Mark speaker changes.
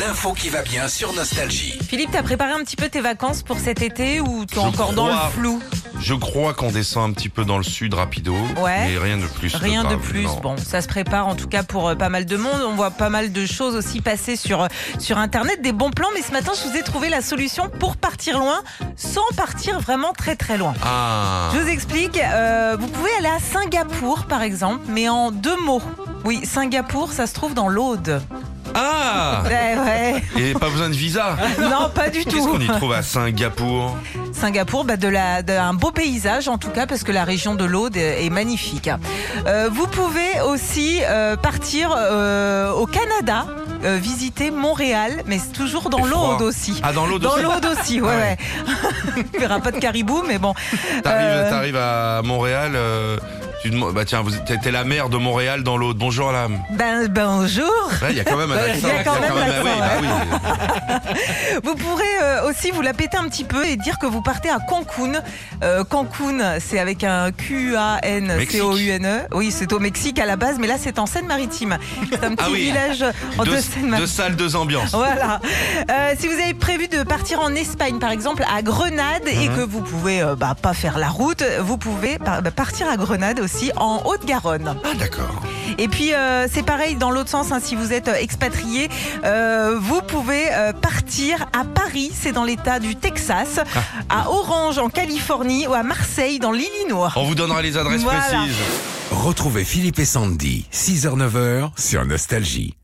Speaker 1: L'info qui va bien sur Nostalgie.
Speaker 2: Philippe, t'as préparé un petit peu tes vacances pour cet été ou t'es encore dans le
Speaker 3: crois.
Speaker 2: flou
Speaker 3: Je crois qu'on descend un petit peu dans le sud rapido,
Speaker 2: Ouais.
Speaker 3: mais rien de plus.
Speaker 2: Rien de
Speaker 3: grave,
Speaker 2: plus.
Speaker 3: non.
Speaker 2: Bon, ça se prépare en tout cas pour euh, pas mal de monde. On voit pas mal de choses aussi passer sur, euh, sur Internet, des bons plans. Mais ce matin, je vous ai trouvé la solution pour partir loin sans partir vraiment très très loin.
Speaker 3: Ah,
Speaker 2: Je vous explique. euh, vous pouvez aller à Singapour, par exemple, mais en deux mots. Oui, Singapour, ça se trouve dans l'Aude.
Speaker 3: ah,
Speaker 2: Ouais, ouais.
Speaker 3: et pas besoin de visa.
Speaker 2: Non, pas du
Speaker 3: Qu'est-ce
Speaker 2: tout.
Speaker 3: qu'on y trouve à Singapour
Speaker 2: Singapour, bah de la, de- un beau paysage en tout cas, parce que la région de l'Aude est est magnifique. Euh, vous pouvez aussi euh, partir euh, au Canada, euh, visiter Montréal, mais c'est toujours dans
Speaker 3: Il fait froid.
Speaker 2: l'Aude aussi.
Speaker 3: Ah, dans l'eau de
Speaker 2: Dans l'Aude aussi, ouais,
Speaker 3: Ah
Speaker 2: ouais.
Speaker 3: ouais.
Speaker 2: Il y aura pas de caribou, mais bon.
Speaker 3: T'arrives
Speaker 2: Euh,
Speaker 3: t'arrives à Montréal. euh, tu demandes- bah tiens, vous- t'es t'es la mère de Montréal dans l'eau. Bonjour là.
Speaker 2: Ben, bonjour.
Speaker 3: Ouais, Il y a quand même un
Speaker 2: Ouais,
Speaker 3: accent.
Speaker 2: il y a quand même hein.
Speaker 3: ah oui, bah
Speaker 2: l'accent,
Speaker 3: oui.
Speaker 2: Vous pourrez euh, aussi vous la péter un petit peu et dire que vous partez à Cancun. Euh, Cancun, c'est avec un Q-A-N-C-O-U-N-E. E. Oui, c'est au Mexique à la base, mais là, c'est en Seine-Maritime. C'est un petit
Speaker 3: Ah oui.
Speaker 2: village en
Speaker 3: Deux,
Speaker 2: Seine-Maritime.
Speaker 3: deux salles, deux ambiances.
Speaker 2: Voilà. Euh, si vous avez prévu de partir en Espagne, par exemple, à Grenade, et
Speaker 3: Mhm.
Speaker 2: que vous pouvez euh, bah, pas faire la route, vous pouvez par- bah, partir à Grenade aussi en Haute-Garonne.
Speaker 3: Ah d'accord.
Speaker 2: Et puis euh, c'est pareil dans l'autre sens. hein, si vous êtes euh, expatrié, euh, vous pouvez euh, partir à Paris, c'est dans l'État du Texas, à Orange en Californie ou à Marseille dans l'Illinois.
Speaker 3: On vous donnera les adresses
Speaker 2: Voilà.
Speaker 3: précises.
Speaker 1: Retrouvez Philippe et Sandy, 6h-9h sur Nostalgie.